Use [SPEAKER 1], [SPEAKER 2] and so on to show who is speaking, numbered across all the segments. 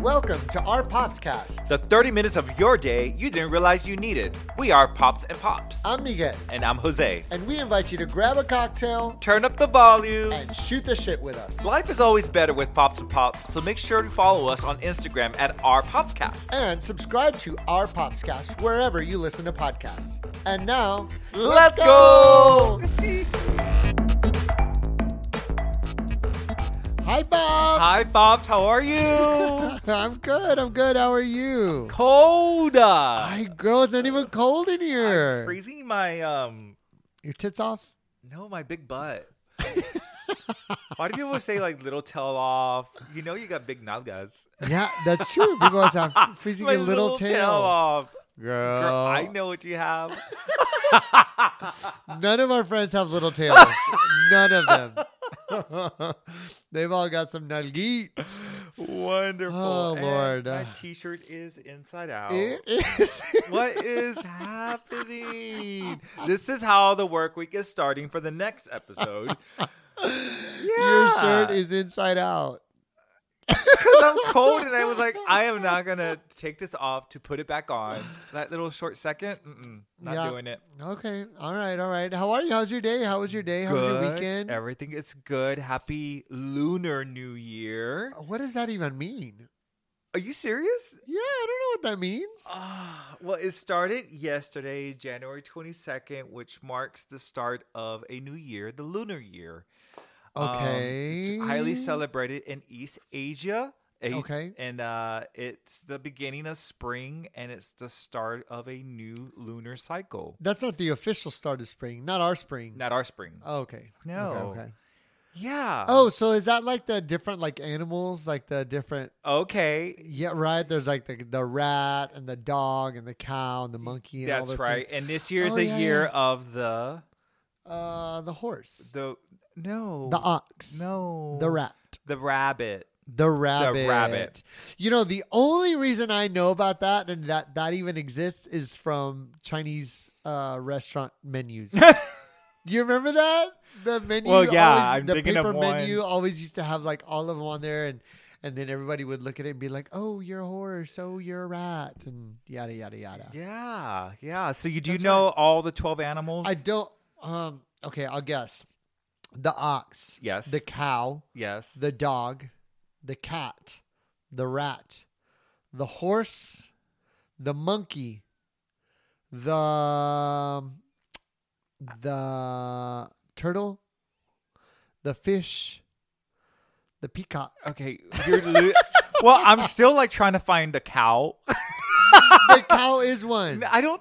[SPEAKER 1] Welcome to our Popscast.
[SPEAKER 2] The 30 minutes of your day you didn't realize you needed. We are Pops and Pops.
[SPEAKER 1] I'm Miguel,
[SPEAKER 2] And I'm Jose.
[SPEAKER 1] and we invite you to grab a cocktail
[SPEAKER 2] Turn up the volume.
[SPEAKER 1] and shoot the shit with us.
[SPEAKER 2] Life is always better with Pops and Pops, so make sure to follow us on Instagram at our Popscast.
[SPEAKER 1] And subscribe to our Popscast wherever you listen to podcasts. And now,
[SPEAKER 2] Let's go!
[SPEAKER 1] Hi, Bob.
[SPEAKER 2] Hi, Pops. How are you?
[SPEAKER 1] I'm good. I'm good. How are you?
[SPEAKER 2] Cold. uh,
[SPEAKER 1] Hey, girl, it's not even cold in
[SPEAKER 2] I'm
[SPEAKER 1] here.
[SPEAKER 2] freezing my um.
[SPEAKER 1] Your tits off?
[SPEAKER 2] No, my big butt. Why do people say like little tell off? You know you got big nalgas.
[SPEAKER 1] Yeah, that's true. People always have freezing
[SPEAKER 2] My
[SPEAKER 1] your little,
[SPEAKER 2] tell
[SPEAKER 1] tail. Uh,
[SPEAKER 2] off.
[SPEAKER 1] Girl,
[SPEAKER 2] Girl, I know what you have.
[SPEAKER 1] None of our friends have little tails. None of them. They've all got some nalgi.
[SPEAKER 2] Wonderful.
[SPEAKER 1] Oh,
[SPEAKER 2] And
[SPEAKER 1] Lord.
[SPEAKER 2] my
[SPEAKER 1] Uh,
[SPEAKER 2] t-shirt is inside out.
[SPEAKER 1] It is-
[SPEAKER 2] what is happening? This is how the work week is starting for the next episode.
[SPEAKER 1] Your
[SPEAKER 2] Yeah.
[SPEAKER 1] shirt is inside out.
[SPEAKER 2] Because I'm cold and I was like, I am not going to take this off to put it back on. That little short second, mm-mm, not
[SPEAKER 1] Yeah.
[SPEAKER 2] doing it.
[SPEAKER 1] Okay. All right. All right. How are you? How's your day? How was your day? How was your
[SPEAKER 2] Good.
[SPEAKER 1] weekend?
[SPEAKER 2] Everything is good. Happy Lunar New Year.
[SPEAKER 1] What does that even mean?
[SPEAKER 2] Are you serious?
[SPEAKER 1] Yeah, I don't know what that means.
[SPEAKER 2] Ah, well, it started yesterday, January 22nd, which marks the start of a new year, the lunar year. Um, it's
[SPEAKER 1] Okay.
[SPEAKER 2] highly celebrated in East Asia. A-
[SPEAKER 1] Okay.
[SPEAKER 2] And uh, it's the beginning of spring and it's the start of a new lunar cycle.
[SPEAKER 1] That's not the official start of spring. Not our spring.
[SPEAKER 2] Not our spring.
[SPEAKER 1] Oh, Okay.
[SPEAKER 2] No.
[SPEAKER 1] Okay. okay.
[SPEAKER 2] yeah.
[SPEAKER 1] Oh, so is that like the different like animals, like the different
[SPEAKER 2] Okay.
[SPEAKER 1] Yeah, right. There's like the the rat and the dog and the cow and the monkey. And all
[SPEAKER 2] That's
[SPEAKER 1] those
[SPEAKER 2] right.
[SPEAKER 1] things.
[SPEAKER 2] And this year is
[SPEAKER 1] Oh,
[SPEAKER 2] the
[SPEAKER 1] yeah,
[SPEAKER 2] year
[SPEAKER 1] yeah.
[SPEAKER 2] of the.
[SPEAKER 1] Uh, the horse,
[SPEAKER 2] the No.
[SPEAKER 1] the, ox,
[SPEAKER 2] No.
[SPEAKER 1] the rat,
[SPEAKER 2] The rabbit.
[SPEAKER 1] the rabbit.
[SPEAKER 2] rabbit.
[SPEAKER 1] You know, the only reason I know about that and that that even exists is from Chinese uh, restaurant menus. Do you remember that? The menu.
[SPEAKER 2] Well, yeah,
[SPEAKER 1] always-
[SPEAKER 2] I'm
[SPEAKER 1] the
[SPEAKER 2] thinking of
[SPEAKER 1] paper menu
[SPEAKER 2] one.
[SPEAKER 1] always used to have like all of them on there, and and then everybody would look at it and be like, "Oh, you're a horse. Oh, you're a rat," and yada yada yada.
[SPEAKER 2] Yeah, yeah. So you do
[SPEAKER 1] That's
[SPEAKER 2] know all the twelve animals?
[SPEAKER 1] I don't. Um. Okay, I'll guess. The ox,
[SPEAKER 2] Yes.
[SPEAKER 1] the cow,
[SPEAKER 2] yes.
[SPEAKER 1] the dog, the cat, the rat, the horse, the monkey, the the turtle, the fish, the peacock.
[SPEAKER 2] okay. You're lo- well, I'm still like trying to find the cow.
[SPEAKER 1] The cow is one.
[SPEAKER 2] I don't.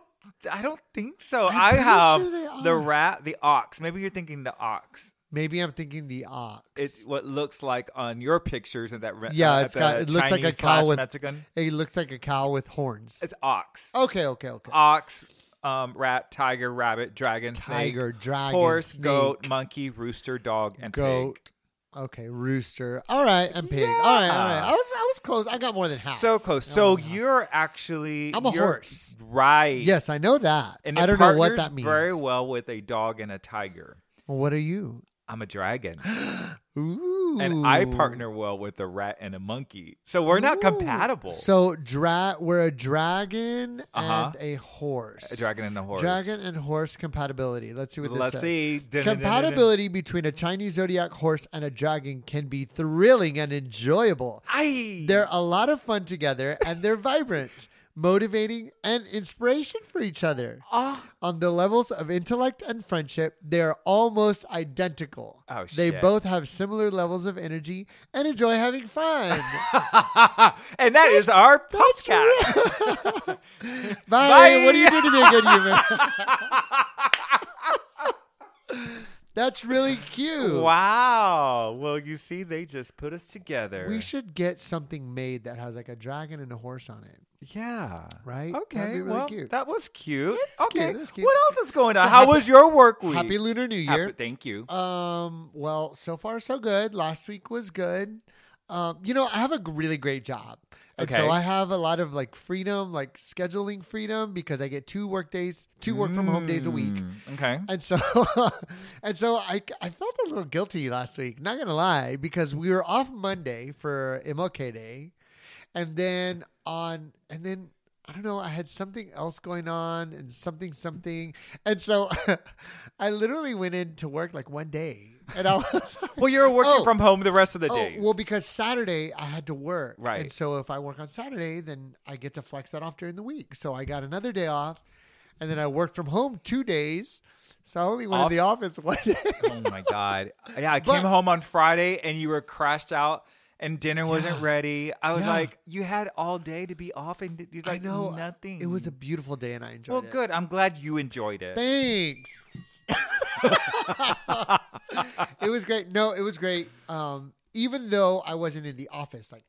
[SPEAKER 2] I don't think so.
[SPEAKER 1] I'm
[SPEAKER 2] i
[SPEAKER 1] pretty
[SPEAKER 2] have
[SPEAKER 1] sure they
[SPEAKER 2] the
[SPEAKER 1] are.
[SPEAKER 2] rat, the ox. Maybe you're thinking the ox.
[SPEAKER 1] Maybe I'm thinking the ox.
[SPEAKER 2] It's what looks like on your pictures and that. Re-
[SPEAKER 1] Yeah,
[SPEAKER 2] uh,
[SPEAKER 1] it's got-
[SPEAKER 2] the
[SPEAKER 1] it looks like a
[SPEAKER 2] Chinese
[SPEAKER 1] cow
[SPEAKER 2] slash
[SPEAKER 1] with-
[SPEAKER 2] Mexican.
[SPEAKER 1] it looks like a cow with horns.
[SPEAKER 2] It's ox.
[SPEAKER 1] Okay, okay, okay.
[SPEAKER 2] Ox, um, rat, tiger, rabbit, dragon, snake,
[SPEAKER 1] Tiger, dragon,
[SPEAKER 2] horse,
[SPEAKER 1] snake,
[SPEAKER 2] goat, monkey, rooster, dog, and pig.
[SPEAKER 1] goat. Okay, rooster. All right, and pig. All right, all right. I
[SPEAKER 2] Yeah.
[SPEAKER 1] was I was close. I got more than half.
[SPEAKER 2] So close.
[SPEAKER 1] I
[SPEAKER 2] So
[SPEAKER 1] got more than half.
[SPEAKER 2] you're actually
[SPEAKER 1] I'm a
[SPEAKER 2] you're-
[SPEAKER 1] horse.
[SPEAKER 2] right?
[SPEAKER 1] Yes, I know that.
[SPEAKER 2] and
[SPEAKER 1] I
[SPEAKER 2] it
[SPEAKER 1] don't know what
[SPEAKER 2] partners
[SPEAKER 1] that means.
[SPEAKER 2] Very well with a dog and a tiger.
[SPEAKER 1] What are you?
[SPEAKER 2] I'm a dragon,
[SPEAKER 1] Ooh.
[SPEAKER 2] and I partner well with a rat and a monkey. So we're not
[SPEAKER 1] Ooh.
[SPEAKER 2] compatible.
[SPEAKER 1] So dra- we're a dragon
[SPEAKER 2] Uh-huh.
[SPEAKER 1] and a horse.
[SPEAKER 2] a dragon and a horse.
[SPEAKER 1] Dragon and horse compatibility. Let's see what this
[SPEAKER 2] Let's
[SPEAKER 1] says.
[SPEAKER 2] see.
[SPEAKER 1] Compatibility between a Chinese zodiac horse and a dragon can be thrilling and enjoyable.
[SPEAKER 2] I.
[SPEAKER 1] They're a lot of fun together and they're vibrant, motivating, and inspiration for each other.
[SPEAKER 2] Ah.
[SPEAKER 1] On the levels of intellect and friendship, they are almost identical.
[SPEAKER 2] Oh,
[SPEAKER 1] they
[SPEAKER 2] shit.
[SPEAKER 1] both have similar levels of energy and enjoy having fun.
[SPEAKER 2] and that is our podcast.
[SPEAKER 1] Bye.
[SPEAKER 2] Bye.
[SPEAKER 1] What do you do to be a good human? That's really cute.
[SPEAKER 2] Wow. Well, you see, they just put us together.
[SPEAKER 1] We should get something made that has like a dragon and a horse on it.
[SPEAKER 2] Yeah.
[SPEAKER 1] Right? That'd be
[SPEAKER 2] Okay.
[SPEAKER 1] really
[SPEAKER 2] well,
[SPEAKER 1] cute.
[SPEAKER 2] that was cute.
[SPEAKER 1] is cute,
[SPEAKER 2] okay.
[SPEAKER 1] it is cute.
[SPEAKER 2] What else is going on?
[SPEAKER 1] So
[SPEAKER 2] How
[SPEAKER 1] happy-
[SPEAKER 2] was your work week?
[SPEAKER 1] Happy Lunar New Year.
[SPEAKER 2] Happy- Thank you.
[SPEAKER 1] Um, well, so far so good. Last week was good. Um, you know, I have a g- really great job. And so
[SPEAKER 2] Okay.
[SPEAKER 1] I have a lot of like freedom, like scheduling freedom because I get two work days, two work from home days a week.
[SPEAKER 2] Mm, Okay.
[SPEAKER 1] And so and so I I felt a little guilty last week, not going to lie, because we were off Monday for MLK Day. and then on and then I don't know. I had something else going on and something something, and so I literally went into work like one day, and I was
[SPEAKER 2] Well, you're working
[SPEAKER 1] Oh.
[SPEAKER 2] from home the rest of the
[SPEAKER 1] oh
[SPEAKER 2] day.
[SPEAKER 1] well because Saturday I had to work,
[SPEAKER 2] Right.
[SPEAKER 1] And so if I work on Saturday, then I get to flex that off during the week. So I got another day off, and then I worked from home two days. So I only went
[SPEAKER 2] Off-
[SPEAKER 1] to the office one day.
[SPEAKER 2] oh my god. Yeah, I
[SPEAKER 1] But-
[SPEAKER 2] came home on Friday and you were crashed out and dinner wasn't ready. I was
[SPEAKER 1] Yeah.
[SPEAKER 2] like, you had all day to be off and did- you
[SPEAKER 1] I
[SPEAKER 2] like
[SPEAKER 1] know
[SPEAKER 2] nothing.
[SPEAKER 1] It was a beautiful day, and I enjoyed
[SPEAKER 2] well,
[SPEAKER 1] it.
[SPEAKER 2] good. I'm glad you enjoyed it.
[SPEAKER 1] Thanks. it was great. No, it was great. Um, even though I wasn't in the office, like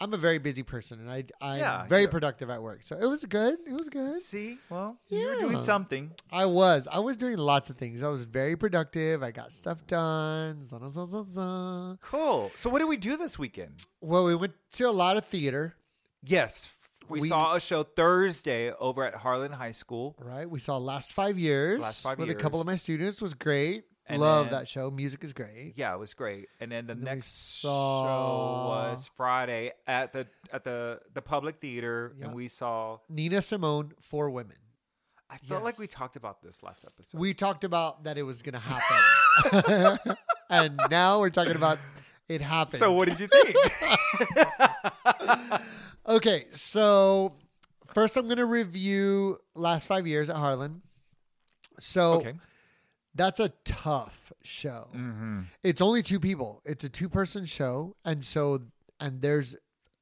[SPEAKER 1] I'm a very busy person and I I'm
[SPEAKER 2] Yeah,
[SPEAKER 1] very
[SPEAKER 2] sure.
[SPEAKER 1] productive at work. So it was good. It was good.
[SPEAKER 2] See, well, you were
[SPEAKER 1] Yeah.
[SPEAKER 2] doing something.
[SPEAKER 1] I was. I was doing lots of things. I was very productive. I got stuff done. Za, za, za, za, za.
[SPEAKER 2] Cool. So, what did we do this weekend?
[SPEAKER 1] Well, we went to a lot of theater,
[SPEAKER 2] Yes, we,
[SPEAKER 1] We-
[SPEAKER 2] saw a show Thursday over at Harlan High School.
[SPEAKER 1] right? We saw Last Five Years
[SPEAKER 2] Last Five
[SPEAKER 1] with a couple
[SPEAKER 2] Years.
[SPEAKER 1] of my students. was great.
[SPEAKER 2] And
[SPEAKER 1] Love
[SPEAKER 2] then-
[SPEAKER 1] that show. Music is great.
[SPEAKER 2] Yeah, it was great. And then the
[SPEAKER 1] And then we
[SPEAKER 2] next
[SPEAKER 1] saw-
[SPEAKER 2] show was Friday at the at the the public theater,
[SPEAKER 1] Yeah.
[SPEAKER 2] and we saw.
[SPEAKER 1] Nina Simone, Four Women.
[SPEAKER 2] I felt like we
[SPEAKER 1] Yes.
[SPEAKER 2] talked about this last episode.
[SPEAKER 1] We talked about that it was going to happen. and now we're talking about it happened.
[SPEAKER 2] so, what did you think?
[SPEAKER 1] okay, so first I'm going to review last 5 years at Harlan. So
[SPEAKER 2] okay.
[SPEAKER 1] that's a tough show.
[SPEAKER 2] Mm-hmm.
[SPEAKER 1] It's only two people. It's a two-person show and so and there's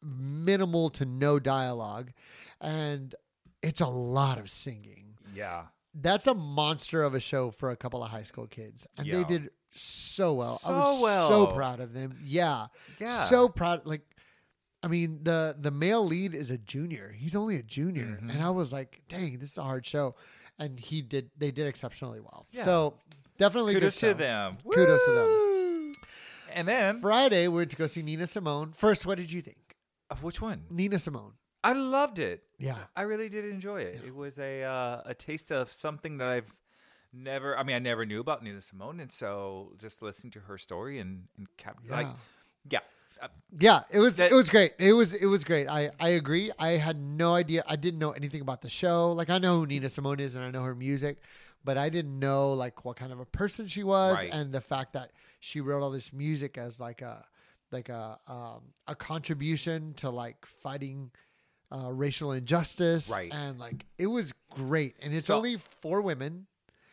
[SPEAKER 1] minimal to no dialogue and it's a lot of singing.
[SPEAKER 2] Yeah.
[SPEAKER 1] that's a monster of a show for a couple of high school kids, and they
[SPEAKER 2] Yeah.
[SPEAKER 1] did so well.
[SPEAKER 2] So
[SPEAKER 1] I was so
[SPEAKER 2] well.
[SPEAKER 1] proud of them. Yeah,
[SPEAKER 2] Yeah.
[SPEAKER 1] so proud. Like, I mean the the male lead is a junior. He's only a junior,
[SPEAKER 2] Mhm.
[SPEAKER 1] and I was like, dang, this is a hard show, and he did. They did exceptionally well.
[SPEAKER 2] Yeah.
[SPEAKER 1] So definitely good
[SPEAKER 2] kudos
[SPEAKER 1] show.
[SPEAKER 2] to them.
[SPEAKER 1] Kudos to them.
[SPEAKER 2] Woo! And then,
[SPEAKER 1] Friday, we went to go see Nina Simone. First, what did you think?
[SPEAKER 2] of uh, which one?
[SPEAKER 1] Nina Simone.
[SPEAKER 2] I loved it.
[SPEAKER 1] Yeah.
[SPEAKER 2] I really did enjoy it.
[SPEAKER 1] Yeah.
[SPEAKER 2] It was a uh, a taste of something that I've never. I mean, I never knew about Nina Simone, and so just listening to her story and and cap- like,
[SPEAKER 1] Yeah.
[SPEAKER 2] yeah, uh,
[SPEAKER 1] Yeah, it was
[SPEAKER 2] That-
[SPEAKER 1] it was great. It was it was great. I I agree. I had no idea. I didn't know anything about the show. Like I know who Nina Simone is and I know her music, but I didn't know like what kind of a person she was
[SPEAKER 2] Right.
[SPEAKER 1] and the fact that she wrote all this music as like a like a um, a contribution to like fighting uh, racial injustice.
[SPEAKER 2] Right.
[SPEAKER 1] And like it was great. And it's
[SPEAKER 2] So-
[SPEAKER 1] only four women.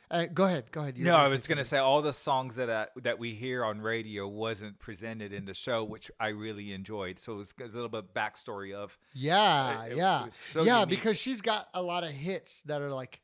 [SPEAKER 1] Uh, go ahead. Go ahead. You were
[SPEAKER 2] no, I
[SPEAKER 1] gonna say
[SPEAKER 2] was going to say all the songs that I, that we hear on radio wasn't presented in the show, which I really enjoyed. So it was a little bit backstory of
[SPEAKER 1] Yeah,
[SPEAKER 2] It- it
[SPEAKER 1] yeah,
[SPEAKER 2] was so
[SPEAKER 1] yeah.
[SPEAKER 2] unique.
[SPEAKER 1] Because she's got a lot of hits that are like,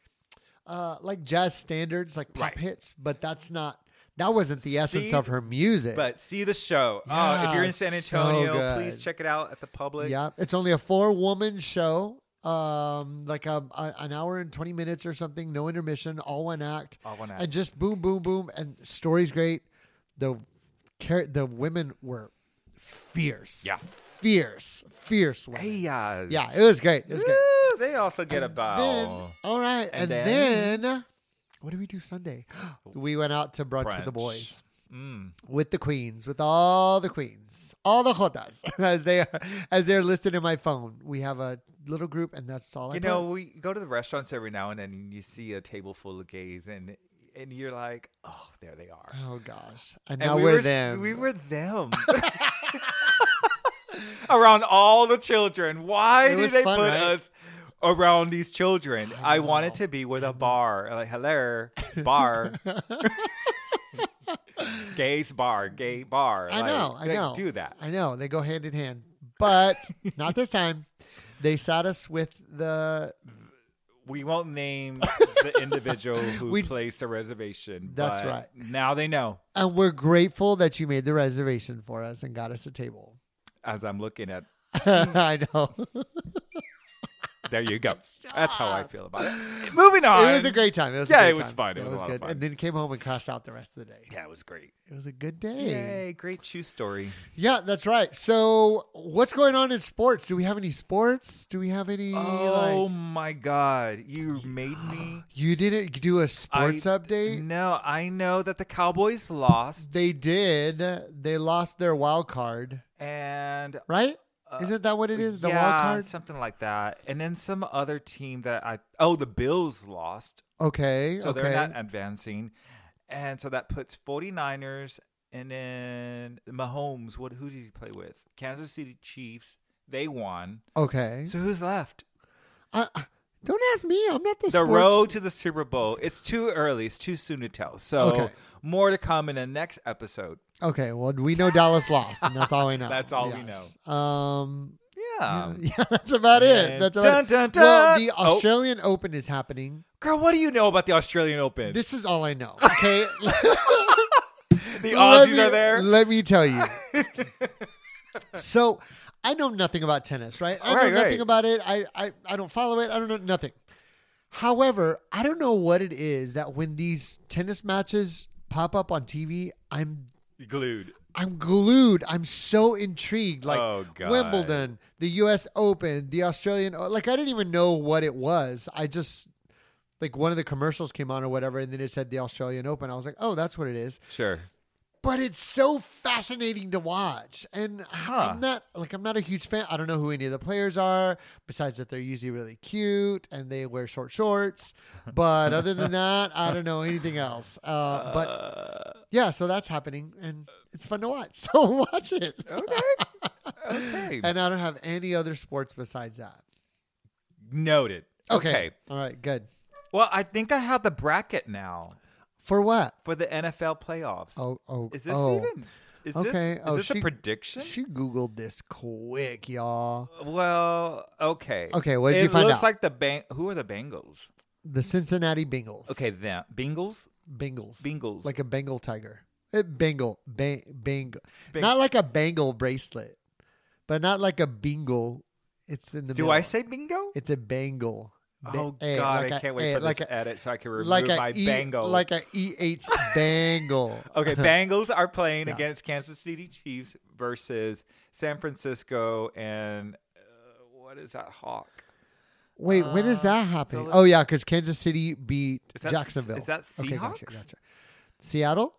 [SPEAKER 1] uh, like jazz standards, like pop
[SPEAKER 2] Right.
[SPEAKER 1] hits. But that's not. That wasn't the essence
[SPEAKER 2] See?
[SPEAKER 1] of her music.
[SPEAKER 2] but see the show. oh, if
[SPEAKER 1] Eh. Yeah,
[SPEAKER 2] you're in San
[SPEAKER 1] so
[SPEAKER 2] Antonio,
[SPEAKER 1] good.
[SPEAKER 2] please check it out at the public.
[SPEAKER 1] yeah, it's only a four-woman show. Um, like um, a, an hour and twenty minutes or something. No intermission. All one act.
[SPEAKER 2] All one act.
[SPEAKER 1] And just boom, boom, boom. And story's great. The char- the women were fierce.
[SPEAKER 2] Yeah.
[SPEAKER 1] fierce, fierce women.
[SPEAKER 2] Hey, uh,
[SPEAKER 1] Yeah, it was great. It was great.
[SPEAKER 2] woo, they also get a
[SPEAKER 1] Then-
[SPEAKER 2] bow.
[SPEAKER 1] all right, and,
[SPEAKER 2] And
[SPEAKER 1] then,
[SPEAKER 2] then-
[SPEAKER 1] what did we do Sunday? we went out to brunch, with the boys,
[SPEAKER 2] Brunch. Mm.
[SPEAKER 1] with the queens, with all the queens, all the jotas, as they are as they're listed in my phone. We have a little group, and that's all I
[SPEAKER 2] You know, we go to the restaurants every now and then, and you see a table full of gays, and and you're like, oh, there they
[SPEAKER 1] put.
[SPEAKER 2] are.
[SPEAKER 1] Oh gosh, and,
[SPEAKER 2] And
[SPEAKER 1] now
[SPEAKER 2] we
[SPEAKER 1] we are
[SPEAKER 2] were,
[SPEAKER 1] them.
[SPEAKER 2] We were them. around all the children. Why
[SPEAKER 1] It
[SPEAKER 2] did
[SPEAKER 1] was
[SPEAKER 2] they
[SPEAKER 1] fun,
[SPEAKER 2] put
[SPEAKER 1] right?
[SPEAKER 2] us around these children?
[SPEAKER 1] I
[SPEAKER 2] I, wanted
[SPEAKER 1] know. Mm-hmm.
[SPEAKER 2] to be with a bar. Like, hello, bar. Gays bar, gay bar.
[SPEAKER 1] I
[SPEAKER 2] Like,
[SPEAKER 1] know, I
[SPEAKER 2] they
[SPEAKER 1] know.
[SPEAKER 2] Do that.
[SPEAKER 1] I know they go hand in hand, but not this time. They sat us with the.
[SPEAKER 2] We won't name the individual who
[SPEAKER 1] We-
[SPEAKER 2] placed the reservation.
[SPEAKER 1] That's
[SPEAKER 2] but
[SPEAKER 1] right.
[SPEAKER 2] Now they know.
[SPEAKER 1] And we're grateful that you made the reservation for us and got us a table.
[SPEAKER 2] As I'm looking at,
[SPEAKER 1] I know.
[SPEAKER 2] there you go. That's how I feel about it.
[SPEAKER 1] It
[SPEAKER 2] Moving on.
[SPEAKER 1] was a great time. It was a
[SPEAKER 2] Yeah,
[SPEAKER 1] great
[SPEAKER 2] it was
[SPEAKER 1] time.
[SPEAKER 2] fun. It
[SPEAKER 1] Yeah,
[SPEAKER 2] was a lot of fun.
[SPEAKER 1] And then came home and crashed out the rest of the day.
[SPEAKER 2] Yeah, it was great.
[SPEAKER 1] It was a good day.
[SPEAKER 2] Yay! Great shoe story.
[SPEAKER 1] Yeah, that's right. So, what's going on in sports? Do we have any sports? Do we have any?
[SPEAKER 2] Oh
[SPEAKER 1] like,
[SPEAKER 2] my god, you made me.
[SPEAKER 1] you didn't do a sports
[SPEAKER 2] I-
[SPEAKER 1] update.
[SPEAKER 2] No, I know that the Cowboys lost,
[SPEAKER 1] They did. They lost their wild card,
[SPEAKER 2] and
[SPEAKER 1] right?
[SPEAKER 2] Uh,
[SPEAKER 1] Isn't that what it is? The
[SPEAKER 2] yeah,
[SPEAKER 1] wild card.
[SPEAKER 2] something like that. And then some other team that I oh the Bills lost,
[SPEAKER 1] Okay.
[SPEAKER 2] so
[SPEAKER 1] okay.
[SPEAKER 2] they're not advancing, and so that puts 49ers and then Mahomes. What who did he play with? Kansas City Chiefs. They won.
[SPEAKER 1] okay.
[SPEAKER 2] So who's left?
[SPEAKER 1] I, I- don't ask me. I'm not the.
[SPEAKER 2] The
[SPEAKER 1] sports-
[SPEAKER 2] road to the Super Bowl. It's too early. It's too soon to tell. So
[SPEAKER 1] Okay.
[SPEAKER 2] more to come in the next episode.
[SPEAKER 1] Okay. Well, we know Dallas lost, and that's all we know.
[SPEAKER 2] That's all we
[SPEAKER 1] know. Um.
[SPEAKER 2] Yeah.
[SPEAKER 1] yeah, that's about it.
[SPEAKER 2] and
[SPEAKER 1] That's
[SPEAKER 2] dun,
[SPEAKER 1] about it.
[SPEAKER 2] dun,
[SPEAKER 1] Well,
[SPEAKER 2] dun.
[SPEAKER 1] the
[SPEAKER 2] Oh.
[SPEAKER 1] Australian Open is happening.
[SPEAKER 2] Girl, what do you know about the Australian Open?
[SPEAKER 1] This is all I know. Okay.
[SPEAKER 2] the
[SPEAKER 1] Let
[SPEAKER 2] Aussies
[SPEAKER 1] me-
[SPEAKER 2] are there.
[SPEAKER 1] Let me tell you. so, I know nothing about tennis, right? I
[SPEAKER 2] Right,
[SPEAKER 1] know nothing
[SPEAKER 2] right.
[SPEAKER 1] about it. I, I I don't follow it. I don't know nothing. However, I don't know what it is that when these tennis matches pop up on TV, I'm
[SPEAKER 2] Glued.
[SPEAKER 1] I'm glued. I'm so intrigued. Like
[SPEAKER 2] Oh, God.
[SPEAKER 1] Wimbledon, the U.S. Open, the Australian. uh, Like I didn't even know what it was. I just like one of the commercials came on or whatever, and then it said the Australian Open. I was like, oh, that's what it is.
[SPEAKER 2] Sure.
[SPEAKER 1] But it's so fascinating to watch, and
[SPEAKER 2] Huh.
[SPEAKER 1] I'm not like I'm not a huge fan. I don't know who any of the players are, besides that they're usually really cute and they wear short shorts. But other than that, I don't know anything else. Uh, but
[SPEAKER 2] Uh,
[SPEAKER 1] yeah, so that's happening, and it's fun to watch. So watch it.
[SPEAKER 2] okay. okay.
[SPEAKER 1] And I don't have any other sports besides that.
[SPEAKER 2] Noted.
[SPEAKER 1] Okay. All right. Good.
[SPEAKER 2] Well, I think I have the bracket now
[SPEAKER 1] For what?
[SPEAKER 2] for the NFL playoffs.
[SPEAKER 1] Oh, oh,
[SPEAKER 2] Is this
[SPEAKER 1] oh.
[SPEAKER 2] even? Is
[SPEAKER 1] Okay.
[SPEAKER 2] this, is
[SPEAKER 1] Oh,
[SPEAKER 2] this
[SPEAKER 1] she-
[SPEAKER 2] a prediction?
[SPEAKER 1] She googled this quick, y'all.
[SPEAKER 2] well, okay.
[SPEAKER 1] Okay, what did
[SPEAKER 2] it
[SPEAKER 1] you find
[SPEAKER 2] looks
[SPEAKER 1] out?
[SPEAKER 2] like the bang. Who are the Bengals?
[SPEAKER 1] The Cincinnati Bengals.
[SPEAKER 2] Okay, them Bengals.
[SPEAKER 1] Bengals.
[SPEAKER 2] Bengals.
[SPEAKER 1] Like a Bengal tiger. Eh, Bengal. Bang, Bengal.
[SPEAKER 2] Bang-
[SPEAKER 1] Not like a Bengal bracelet, but not like a bingle. It's in the
[SPEAKER 2] Do
[SPEAKER 1] middle.
[SPEAKER 2] I say bingo?
[SPEAKER 1] It's a bangle.
[SPEAKER 2] Oh
[SPEAKER 1] Ba- eh,
[SPEAKER 2] God,
[SPEAKER 1] like
[SPEAKER 2] I
[SPEAKER 1] a-
[SPEAKER 2] can't wait
[SPEAKER 1] eh,
[SPEAKER 2] for
[SPEAKER 1] like
[SPEAKER 2] this
[SPEAKER 1] a-
[SPEAKER 2] edit so I can remove
[SPEAKER 1] like a
[SPEAKER 2] my
[SPEAKER 1] E-
[SPEAKER 2] bango.
[SPEAKER 1] like a EH bangle.
[SPEAKER 2] okay, Bengals are playing
[SPEAKER 1] Yeah.
[SPEAKER 2] against Kansas City Chiefs versus San Francisco and uh, what is that hawk?
[SPEAKER 1] Wait, when is
[SPEAKER 2] Uh,
[SPEAKER 1] that happening?
[SPEAKER 2] Philip-
[SPEAKER 1] Oh yeah, because Kansas City beat
[SPEAKER 2] Is that-
[SPEAKER 1] Jacksonville.
[SPEAKER 2] is that
[SPEAKER 1] Okay, gotcha,
[SPEAKER 2] Seahawks?
[SPEAKER 1] gotcha. Seattle,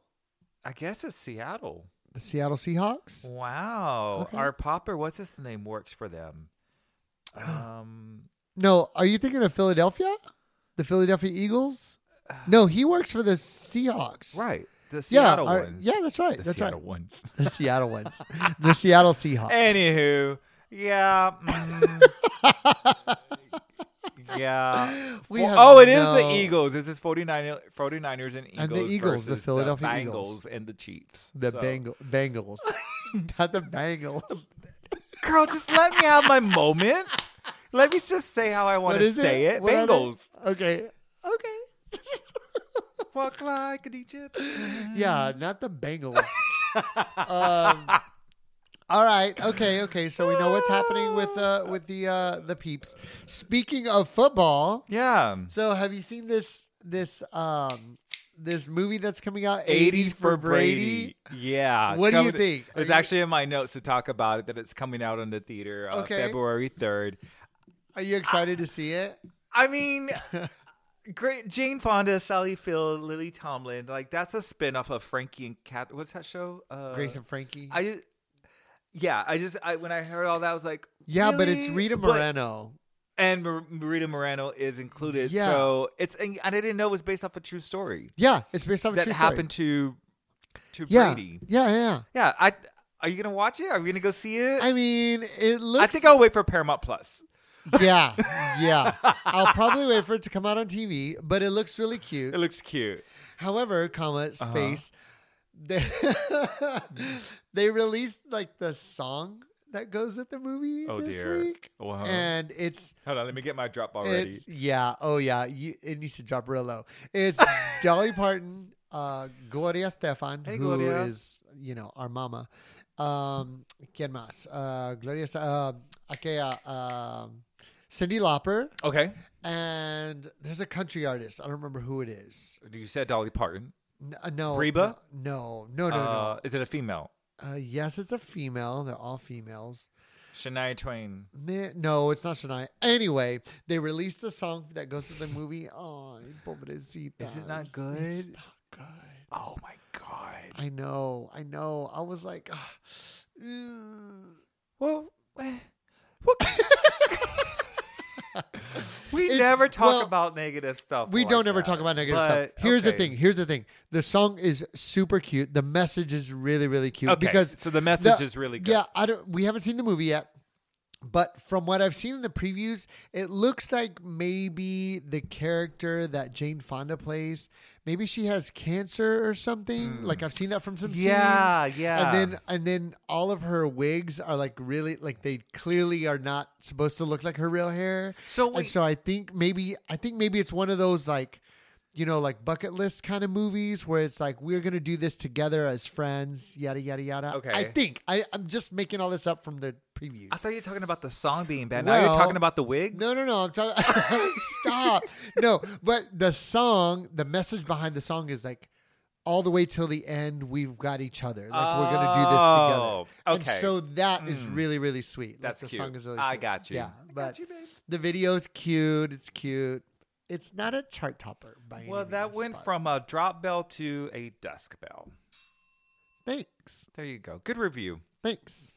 [SPEAKER 2] I guess it's Seattle.
[SPEAKER 1] the Seattle Seahawks.
[SPEAKER 2] Wow,
[SPEAKER 1] Okay.
[SPEAKER 2] our popper, what's his name, works for them. Um,
[SPEAKER 1] No, are you thinking of Philadelphia? The Philadelphia Eagles? No, he works for the Seahawks.
[SPEAKER 2] right, the
[SPEAKER 1] Yeah.
[SPEAKER 2] Seattle
[SPEAKER 1] our-
[SPEAKER 2] ones.
[SPEAKER 1] yeah, that's right.
[SPEAKER 2] the
[SPEAKER 1] that's
[SPEAKER 2] Seattle
[SPEAKER 1] right.
[SPEAKER 2] ones.
[SPEAKER 1] The Seattle ones. the Seattle Seahawks.
[SPEAKER 2] Anywho, yeah. mm, yeah.
[SPEAKER 1] We
[SPEAKER 2] Well,
[SPEAKER 1] have
[SPEAKER 2] oh, it is
[SPEAKER 1] no-
[SPEAKER 2] the Eagles. This is 49, 49ers and Eagles.
[SPEAKER 1] And the Eagles, the
[SPEAKER 2] versus
[SPEAKER 1] Philadelphia
[SPEAKER 2] Bengals
[SPEAKER 1] Eagles.
[SPEAKER 2] and the Chiefs.
[SPEAKER 1] The
[SPEAKER 2] So-
[SPEAKER 1] Bengal Bengals. Not the Bengals.
[SPEAKER 2] Girl, just let me have my moment. Let me just say how I want
[SPEAKER 1] What
[SPEAKER 2] to
[SPEAKER 1] is
[SPEAKER 2] say it.
[SPEAKER 1] What are they?
[SPEAKER 2] Bengals.
[SPEAKER 1] Okay. Okay.
[SPEAKER 2] Walk like an Egypt.
[SPEAKER 1] Yeah, not the Bengals. um, all right, okay, okay. So we know what's happening with uh, with the uh, the peeps. Speaking of football,
[SPEAKER 2] Yeah.
[SPEAKER 1] so have you seen this this um, this movie that's coming out?
[SPEAKER 2] 80s for Brady. Yeah.
[SPEAKER 1] What do you
[SPEAKER 2] Coming-
[SPEAKER 1] think? Are
[SPEAKER 2] It's
[SPEAKER 1] you-
[SPEAKER 2] actually in my notes to talk about it that it's coming out on the theater uh,
[SPEAKER 1] Okay.
[SPEAKER 2] February 3rd.
[SPEAKER 1] Are you excited to see it?
[SPEAKER 2] I mean, great Jane Fonda, Sally Field, Lily Tomlin. Like that's a spin off of Frankie and Cat. What's that show? Uh,
[SPEAKER 1] Grace and Frankie.
[SPEAKER 2] I just, yeah, I just I, when I heard all that, I was like,
[SPEAKER 1] yeah, but it's
[SPEAKER 2] really?
[SPEAKER 1] Rita
[SPEAKER 2] But-
[SPEAKER 1] Moreno.
[SPEAKER 2] and Mar- Rita Moreno is included.
[SPEAKER 1] Yeah.
[SPEAKER 2] So it's and I didn't know it was based off a true story
[SPEAKER 1] yeah, it's based on a
[SPEAKER 2] that
[SPEAKER 1] true story.
[SPEAKER 2] happened to to
[SPEAKER 1] Yeah,
[SPEAKER 2] Brady.
[SPEAKER 1] yeah, yeah.
[SPEAKER 2] Yeah, I are you gonna watch it? Are we gonna go see it?
[SPEAKER 1] I mean, it looks.
[SPEAKER 2] I think I'll wait for Paramount Plus.
[SPEAKER 1] Yeah, yeah. I'll probably wait for it to come out on TV, but it looks really cute.
[SPEAKER 2] It Uh-huh. looks cute.
[SPEAKER 1] However, comma space, they they released like the song that goes with the movie
[SPEAKER 2] Oh
[SPEAKER 1] this
[SPEAKER 2] dear.
[SPEAKER 1] week,
[SPEAKER 2] Wow.
[SPEAKER 1] and it's
[SPEAKER 2] Hold on, let me get my drop already.
[SPEAKER 1] it's yeah, oh yeah, you, it needs to drop real low. It's Dolly Parton, uh, Gloria Stefan, who
[SPEAKER 2] Hey,
[SPEAKER 1] is
[SPEAKER 2] Gloria.
[SPEAKER 1] you know our mama. Um, ¿Quién más? Uh, Gloria, uh, aquella, um, Cindy Lauper,
[SPEAKER 2] okay.
[SPEAKER 1] and there's a country artist. I don't remember who it is.
[SPEAKER 2] You said Dolly Parton.
[SPEAKER 1] N- uh, no,
[SPEAKER 2] Reba?
[SPEAKER 1] No, Oh, no, no,
[SPEAKER 2] Uh, Is it a female?
[SPEAKER 1] no. Uh, yes, it's a female. They're all females.
[SPEAKER 2] Shania Twain.
[SPEAKER 1] Meh, No, it's not Shania. Anyway, they released a song that goes with the movie. Oh, pobrecita.
[SPEAKER 2] Is it not good?
[SPEAKER 1] It's not good.
[SPEAKER 2] Oh my god.
[SPEAKER 1] I know. I know. I was like, ah, ugh.
[SPEAKER 2] Well, eh, we
[SPEAKER 1] It's-
[SPEAKER 2] never talk
[SPEAKER 1] well,
[SPEAKER 2] about negative stuff.
[SPEAKER 1] We
[SPEAKER 2] like
[SPEAKER 1] don't ever
[SPEAKER 2] that.
[SPEAKER 1] talk about negative
[SPEAKER 2] But,
[SPEAKER 1] stuff. Here's
[SPEAKER 2] okay.
[SPEAKER 1] the thing. Here's the thing. The song is super cute. The message is really, really cute
[SPEAKER 2] Okay,
[SPEAKER 1] because
[SPEAKER 2] so the message
[SPEAKER 1] the-
[SPEAKER 2] is really good.
[SPEAKER 1] Yeah, I don't. We haven't seen the movie yet, but from what I've seen in the previews, it looks like maybe the character that Jane Fonda plays, maybe she has cancer or something. Like I've seen that from some
[SPEAKER 2] Hmm. Yeah,
[SPEAKER 1] scenes.
[SPEAKER 2] yeah.
[SPEAKER 1] And then and then all of her wigs are like really like they clearly are not supposed to look like her real hair.
[SPEAKER 2] So
[SPEAKER 1] And
[SPEAKER 2] wait-
[SPEAKER 1] so I think maybe I think maybe it's one of those like you know like bucket list kind of movies where it's like we're gonna do this together as friends yada yada yada
[SPEAKER 2] Okay.
[SPEAKER 1] i think I, i'm just making all this up from the previews
[SPEAKER 2] I thought you were talking about the song being bad. now you're
[SPEAKER 1] Well,
[SPEAKER 2] talking about the wig.
[SPEAKER 1] no no no i'm talking stop no but the song the message behind the song is like all the way till the end we've got each other like we're gonna do this together
[SPEAKER 2] Oh,
[SPEAKER 1] And
[SPEAKER 2] okay.
[SPEAKER 1] so that is
[SPEAKER 2] Mm.
[SPEAKER 1] really really sweet
[SPEAKER 2] That's
[SPEAKER 1] like, the
[SPEAKER 2] cute.
[SPEAKER 1] song is really
[SPEAKER 2] I
[SPEAKER 1] sweet.
[SPEAKER 2] got you.
[SPEAKER 1] yeah
[SPEAKER 2] I
[SPEAKER 1] but
[SPEAKER 2] got you, babe.
[SPEAKER 1] the video's cute. It's cute. It's not a chart topper by any
[SPEAKER 2] Well, that
[SPEAKER 1] means,
[SPEAKER 2] went
[SPEAKER 1] but-
[SPEAKER 2] from a drop bell to a dusk bell.
[SPEAKER 1] thanks,
[SPEAKER 2] There you go. Good review.
[SPEAKER 1] thanks.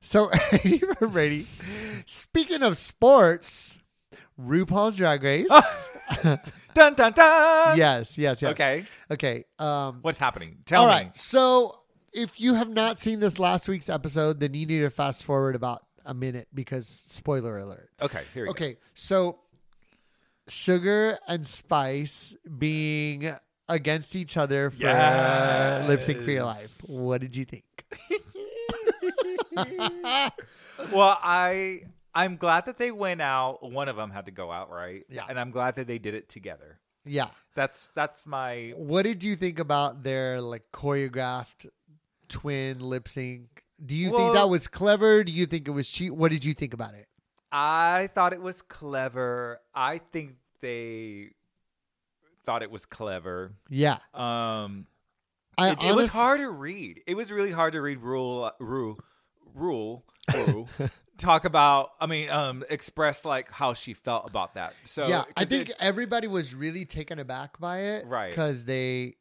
[SPEAKER 1] So, Brady, speaking of sports, RuPaul's Drag Race.
[SPEAKER 2] Dun dun dun.
[SPEAKER 1] yes, yes, yes.
[SPEAKER 2] Okay.
[SPEAKER 1] okay. Um,
[SPEAKER 2] What's happening? Tell
[SPEAKER 1] all
[SPEAKER 2] me.
[SPEAKER 1] right. So, if you have not seen this last week's episode, then you need to fast forward about a minute because spoiler alert.
[SPEAKER 2] Okay. Here we
[SPEAKER 1] Okay, so sugar and spice being against each other for
[SPEAKER 2] Yes.
[SPEAKER 1] lip sync for your life. What did you think?
[SPEAKER 2] go. Well, I I'm glad that they went out. One of them had to go out, right?
[SPEAKER 1] Yeah.
[SPEAKER 2] And I'm glad that they did it together.
[SPEAKER 1] Yeah.
[SPEAKER 2] That's that's my
[SPEAKER 1] What did you think about their like choreographed twin lip sync? Do you
[SPEAKER 2] Well-
[SPEAKER 1] think that was clever? Do you think it was cheap? What did you think about it?
[SPEAKER 2] I thought it was clever. I think they thought it was clever.
[SPEAKER 1] Yeah.
[SPEAKER 2] Um
[SPEAKER 1] I
[SPEAKER 2] it, it was
[SPEAKER 1] honest-
[SPEAKER 2] hard to read. It was really hard to read rule rule rule rule talk about I mean um express like how she felt about that. So
[SPEAKER 1] yeah, I
[SPEAKER 2] 'cause
[SPEAKER 1] think
[SPEAKER 2] it-
[SPEAKER 1] everybody was really taken aback by it,
[SPEAKER 2] Right.
[SPEAKER 1] Because they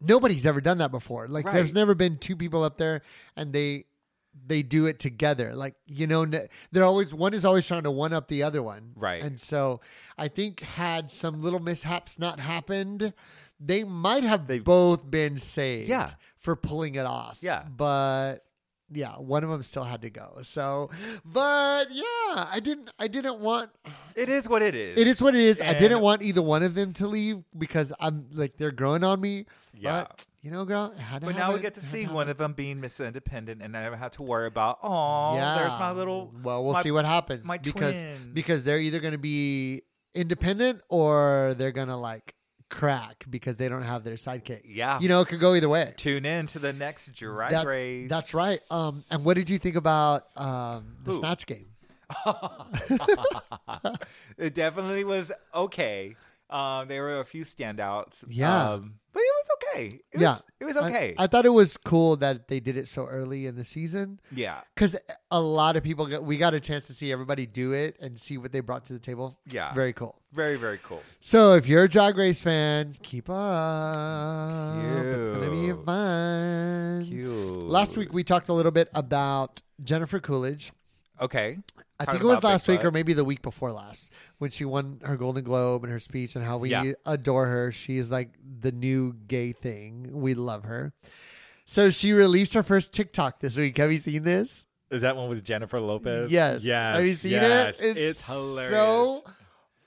[SPEAKER 1] nobody's ever done that before. Like,
[SPEAKER 2] Right.
[SPEAKER 1] there's never been two people up there and they they do it together. Like, you know, n- they're always one is always trying to one up the other one,
[SPEAKER 2] Right.
[SPEAKER 1] And so, I think had some little mishaps not happened, they might have
[SPEAKER 2] They-
[SPEAKER 1] both been saved,
[SPEAKER 2] Yeah.
[SPEAKER 1] for pulling it off,
[SPEAKER 2] Yeah.
[SPEAKER 1] But yeah, one of them still had to go. So, but yeah, I didn't, I didn't want.
[SPEAKER 2] it is what it is.
[SPEAKER 1] It is what it is. I didn't
[SPEAKER 2] And-
[SPEAKER 1] want either one of them to leave because I'm like they're growing on me.
[SPEAKER 2] Yeah.
[SPEAKER 1] But, you know, girl, it had to
[SPEAKER 2] But now we get to see one of them being Miss Independent, and I never have to worry about oh, there's my little.
[SPEAKER 1] Well, we'll
[SPEAKER 2] my-
[SPEAKER 1] see what happens
[SPEAKER 2] my
[SPEAKER 1] because
[SPEAKER 2] twin."
[SPEAKER 1] because they're either going to be independent or they're going to like crack because they don't have their sidekick.
[SPEAKER 2] Yeah.
[SPEAKER 1] You know, it could go either way.
[SPEAKER 2] Tune in to the next drag
[SPEAKER 1] That-
[SPEAKER 2] race.
[SPEAKER 1] That's right. Um, and what did you think about um, the
[SPEAKER 2] Who?
[SPEAKER 1] snatch game?
[SPEAKER 2] it definitely was okay. Um, there were a few standouts.
[SPEAKER 1] Yeah.
[SPEAKER 2] um, but it was okay. It was,
[SPEAKER 1] yeah,
[SPEAKER 2] it was
[SPEAKER 1] I-
[SPEAKER 2] okay.
[SPEAKER 1] I thought it was cool that they did it so early in the season.
[SPEAKER 2] yeah,
[SPEAKER 1] because a lot of people got, we got a chance to see everybody do it and see what they brought to the table.
[SPEAKER 2] Yeah.
[SPEAKER 1] very cool.
[SPEAKER 2] very very cool.
[SPEAKER 1] So if you're a Drag Race fan, keep up. It's gonna be
[SPEAKER 2] Cute.
[SPEAKER 1] fun.
[SPEAKER 2] Cute.
[SPEAKER 1] Last week we talked a little bit about Jennifer Coolidge.
[SPEAKER 2] okay.
[SPEAKER 1] I
[SPEAKER 2] Talking
[SPEAKER 1] think it was
[SPEAKER 2] about
[SPEAKER 1] last
[SPEAKER 2] Big
[SPEAKER 1] week or
[SPEAKER 2] Butt.
[SPEAKER 1] maybe the week before last when she won her Golden Globe and her speech and how we
[SPEAKER 2] Yeah.
[SPEAKER 1] adore her. She is like the new gay thing. We love her. So she released her first TikTok this week. Have you seen this?
[SPEAKER 2] Is that one with Jennifer Lopez?
[SPEAKER 1] Yes.
[SPEAKER 2] Yes.
[SPEAKER 1] Have you seen
[SPEAKER 2] yes.
[SPEAKER 1] it?
[SPEAKER 2] It's hilarious.
[SPEAKER 1] So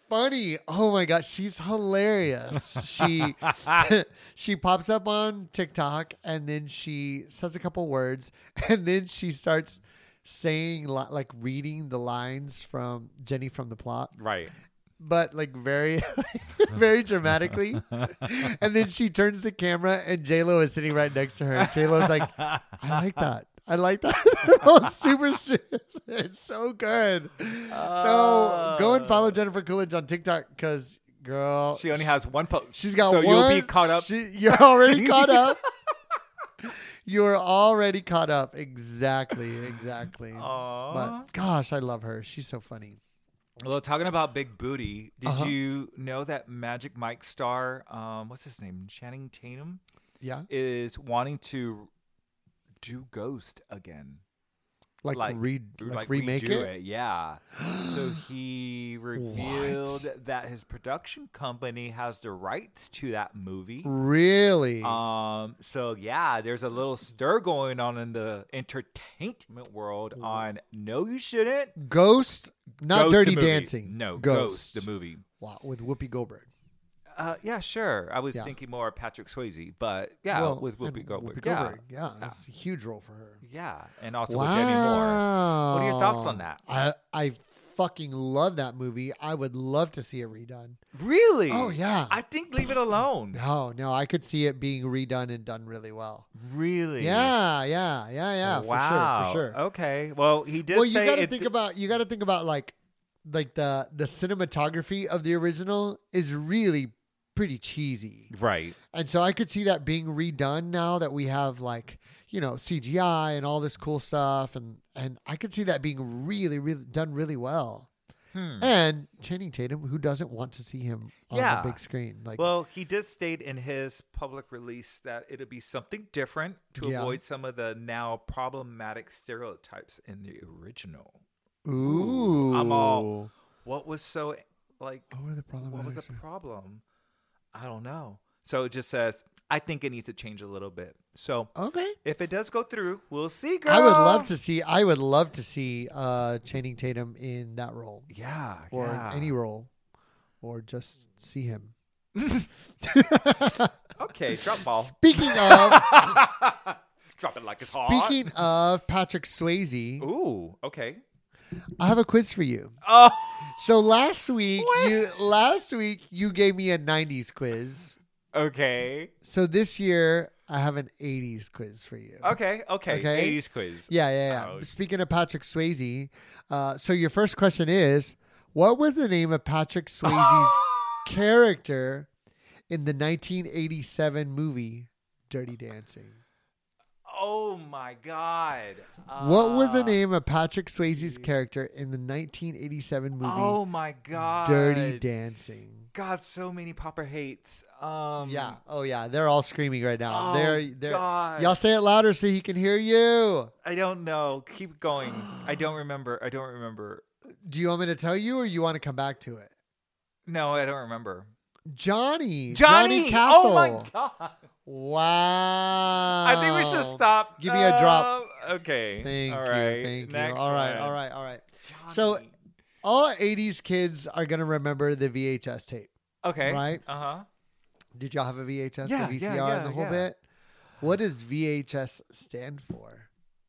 [SPEAKER 1] funny. Oh my gosh, she's hilarious. she she pops up on TikTok and then she says a couple words and then she starts saying li- like reading the lines from Jenny from the plot,
[SPEAKER 2] right.
[SPEAKER 1] but like very very dramatically. and then she turns the camera and J Lo is sitting right next to her. And J Lo's like, I like that. I like that. They're both super serious. It's so good. so go and follow Jennifer Coolidge on TikTok because girl,
[SPEAKER 2] She only has one post.
[SPEAKER 1] she's got
[SPEAKER 2] so
[SPEAKER 1] one.
[SPEAKER 2] you'll be caught up.
[SPEAKER 1] She- you're already caught up. You're already caught up. Exactly. Exactly.
[SPEAKER 2] Aw.
[SPEAKER 1] But gosh, I love her. She's so funny.
[SPEAKER 2] Well, talking about big booty, did
[SPEAKER 1] Uh-huh.
[SPEAKER 2] you know that Magic Mike star, um, what's his name, Channing Tatum,
[SPEAKER 1] Yeah.
[SPEAKER 2] is wanting to do Ghost again?
[SPEAKER 1] Like, re like, remake
[SPEAKER 2] redo
[SPEAKER 1] it?
[SPEAKER 2] Yeah. so he revealed that his production company has the rights to that movie.
[SPEAKER 1] Really?
[SPEAKER 2] Um. So yeah, there's a little stir going on in the entertainment world on no, you shouldn't.
[SPEAKER 1] Ghost, not
[SPEAKER 2] Ghost the
[SPEAKER 1] Dirty
[SPEAKER 2] movie.
[SPEAKER 1] Dancing.
[SPEAKER 2] No,
[SPEAKER 1] Ghost.
[SPEAKER 2] Ghost, the movie.
[SPEAKER 1] Wow, with Whoopi Goldberg.
[SPEAKER 2] Uh, yeah, sure. I was
[SPEAKER 1] Yeah.
[SPEAKER 2] thinking more Patrick Swayze, but yeah,
[SPEAKER 1] Well,
[SPEAKER 2] with Whoopi
[SPEAKER 1] and
[SPEAKER 2] Goldberg.
[SPEAKER 1] Whoopi
[SPEAKER 2] yeah,
[SPEAKER 1] Goldberg. yeah, that's a huge role for her.
[SPEAKER 2] yeah, and also
[SPEAKER 1] wow.
[SPEAKER 2] with Demi Moore. What are your thoughts on that?
[SPEAKER 1] I I fucking love that movie. I would love to see it redone.
[SPEAKER 2] Really?
[SPEAKER 1] Oh, yeah.
[SPEAKER 2] I think leave it alone.
[SPEAKER 1] No, no, I could see it being redone and done really well.
[SPEAKER 2] Really?
[SPEAKER 1] Yeah, yeah, yeah, yeah. For sure,
[SPEAKER 2] Wow.
[SPEAKER 1] for sure.
[SPEAKER 2] Okay. Well, he did
[SPEAKER 1] well, you
[SPEAKER 2] say
[SPEAKER 1] got to
[SPEAKER 2] it
[SPEAKER 1] think
[SPEAKER 2] di-
[SPEAKER 1] about you got to think about like like the the cinematography of the original is really pretty cheesy.
[SPEAKER 2] right.
[SPEAKER 1] And so I could see that being redone now that we have like, you know, CGI and all this cool stuff and and I could see that being really really done really well.
[SPEAKER 2] Hmm.
[SPEAKER 1] And Channing Tatum who doesn't want to see him on
[SPEAKER 2] Yeah.
[SPEAKER 1] the big screen like
[SPEAKER 2] Well, he did state in his public release that it'll be something different to
[SPEAKER 1] Yeah.
[SPEAKER 2] avoid some of the now problematic stereotypes in the original.
[SPEAKER 1] ooh.
[SPEAKER 2] I'm all- What was so like
[SPEAKER 1] What were the problem?
[SPEAKER 2] what was the problem? I don't know. So it just says, I think it needs to change a little bit. So
[SPEAKER 1] Okay.
[SPEAKER 2] if it does go through, we'll see, girl.
[SPEAKER 1] I would love to see I would love to see uh Channing Tatum in that role
[SPEAKER 2] Yeah.
[SPEAKER 1] or
[SPEAKER 2] yeah.
[SPEAKER 1] in any role or just see him.
[SPEAKER 2] okay, drop ball.
[SPEAKER 1] Speaking of
[SPEAKER 2] drop it like it's
[SPEAKER 1] Speaking of Patrick Swayze,
[SPEAKER 2] hot. Ooh, okay.
[SPEAKER 1] I have a quiz for you.
[SPEAKER 2] Oh,
[SPEAKER 1] So last week you last week you gave me a 90s quiz.
[SPEAKER 2] okay.
[SPEAKER 1] So this year I have an 80s quiz for you.
[SPEAKER 2] Okay, okay.
[SPEAKER 1] Okay.
[SPEAKER 2] 80s quiz.
[SPEAKER 1] Yeah, yeah, yeah.
[SPEAKER 2] Ouch.
[SPEAKER 1] Speaking of Patrick Swayze, uh, so your first question is, what was the name of Patrick Swayze's character in the 1987 movie Dirty Dancing?
[SPEAKER 2] Oh my god.
[SPEAKER 1] What was the
[SPEAKER 2] Uh,
[SPEAKER 1] name of Patrick Swayze's character in the 1987 movie
[SPEAKER 2] Oh my god.
[SPEAKER 1] Dirty Dancing?
[SPEAKER 2] God, so many popper hates. Um
[SPEAKER 1] Yeah. Oh yeah. They're all screaming right now.
[SPEAKER 2] Oh,
[SPEAKER 1] they're they're
[SPEAKER 2] God.
[SPEAKER 1] y'all say it louder so he can hear you.
[SPEAKER 2] I don't know. Keep going. I don't remember. I don't remember.
[SPEAKER 1] Do you want me to tell you or you want to come back to it?
[SPEAKER 2] No, I don't remember.
[SPEAKER 1] Johnny.
[SPEAKER 2] Johnny,
[SPEAKER 1] Castle.
[SPEAKER 2] Oh my god.
[SPEAKER 1] Wow.
[SPEAKER 2] I think we should stop.
[SPEAKER 1] Um, Give me a drop.
[SPEAKER 2] Um, Okay.
[SPEAKER 1] Thank
[SPEAKER 2] All
[SPEAKER 1] you.
[SPEAKER 2] right.
[SPEAKER 1] Thank
[SPEAKER 2] Next
[SPEAKER 1] you. All right.
[SPEAKER 2] one.
[SPEAKER 1] All right. All right. So-
[SPEAKER 2] Johnny.
[SPEAKER 1] All 80s kids are going to remember the VHS tape.
[SPEAKER 2] Okay.
[SPEAKER 1] Right?
[SPEAKER 2] Uh huh.
[SPEAKER 1] Did y'all have a VHS,
[SPEAKER 2] Yeah,
[SPEAKER 1] the
[SPEAKER 2] yeah,
[SPEAKER 1] VCR, and
[SPEAKER 2] yeah,
[SPEAKER 1] the whole
[SPEAKER 2] yeah.
[SPEAKER 1] bit? What does VHS stand for?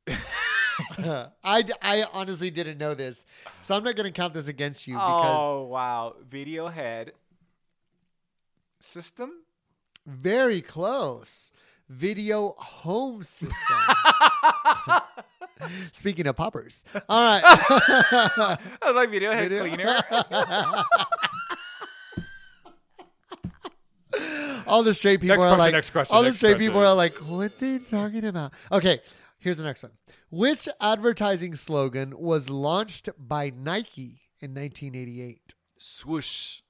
[SPEAKER 1] I, d- I honestly didn't know this, so I'm not going to count this against you because
[SPEAKER 2] oh wow, video head system.
[SPEAKER 1] very close. Video home system. Speaking of poppers, all right.
[SPEAKER 2] I was like video head
[SPEAKER 1] Video-
[SPEAKER 2] cleaner.
[SPEAKER 1] all the straight people
[SPEAKER 2] Next
[SPEAKER 1] are
[SPEAKER 2] question,
[SPEAKER 1] like,
[SPEAKER 2] next question,
[SPEAKER 1] all the
[SPEAKER 2] next
[SPEAKER 1] straight
[SPEAKER 2] question.
[SPEAKER 1] people are like, what are you talking about? Okay, here's the next one. Which advertising slogan was launched by Nike in 1988?
[SPEAKER 2] Swoosh.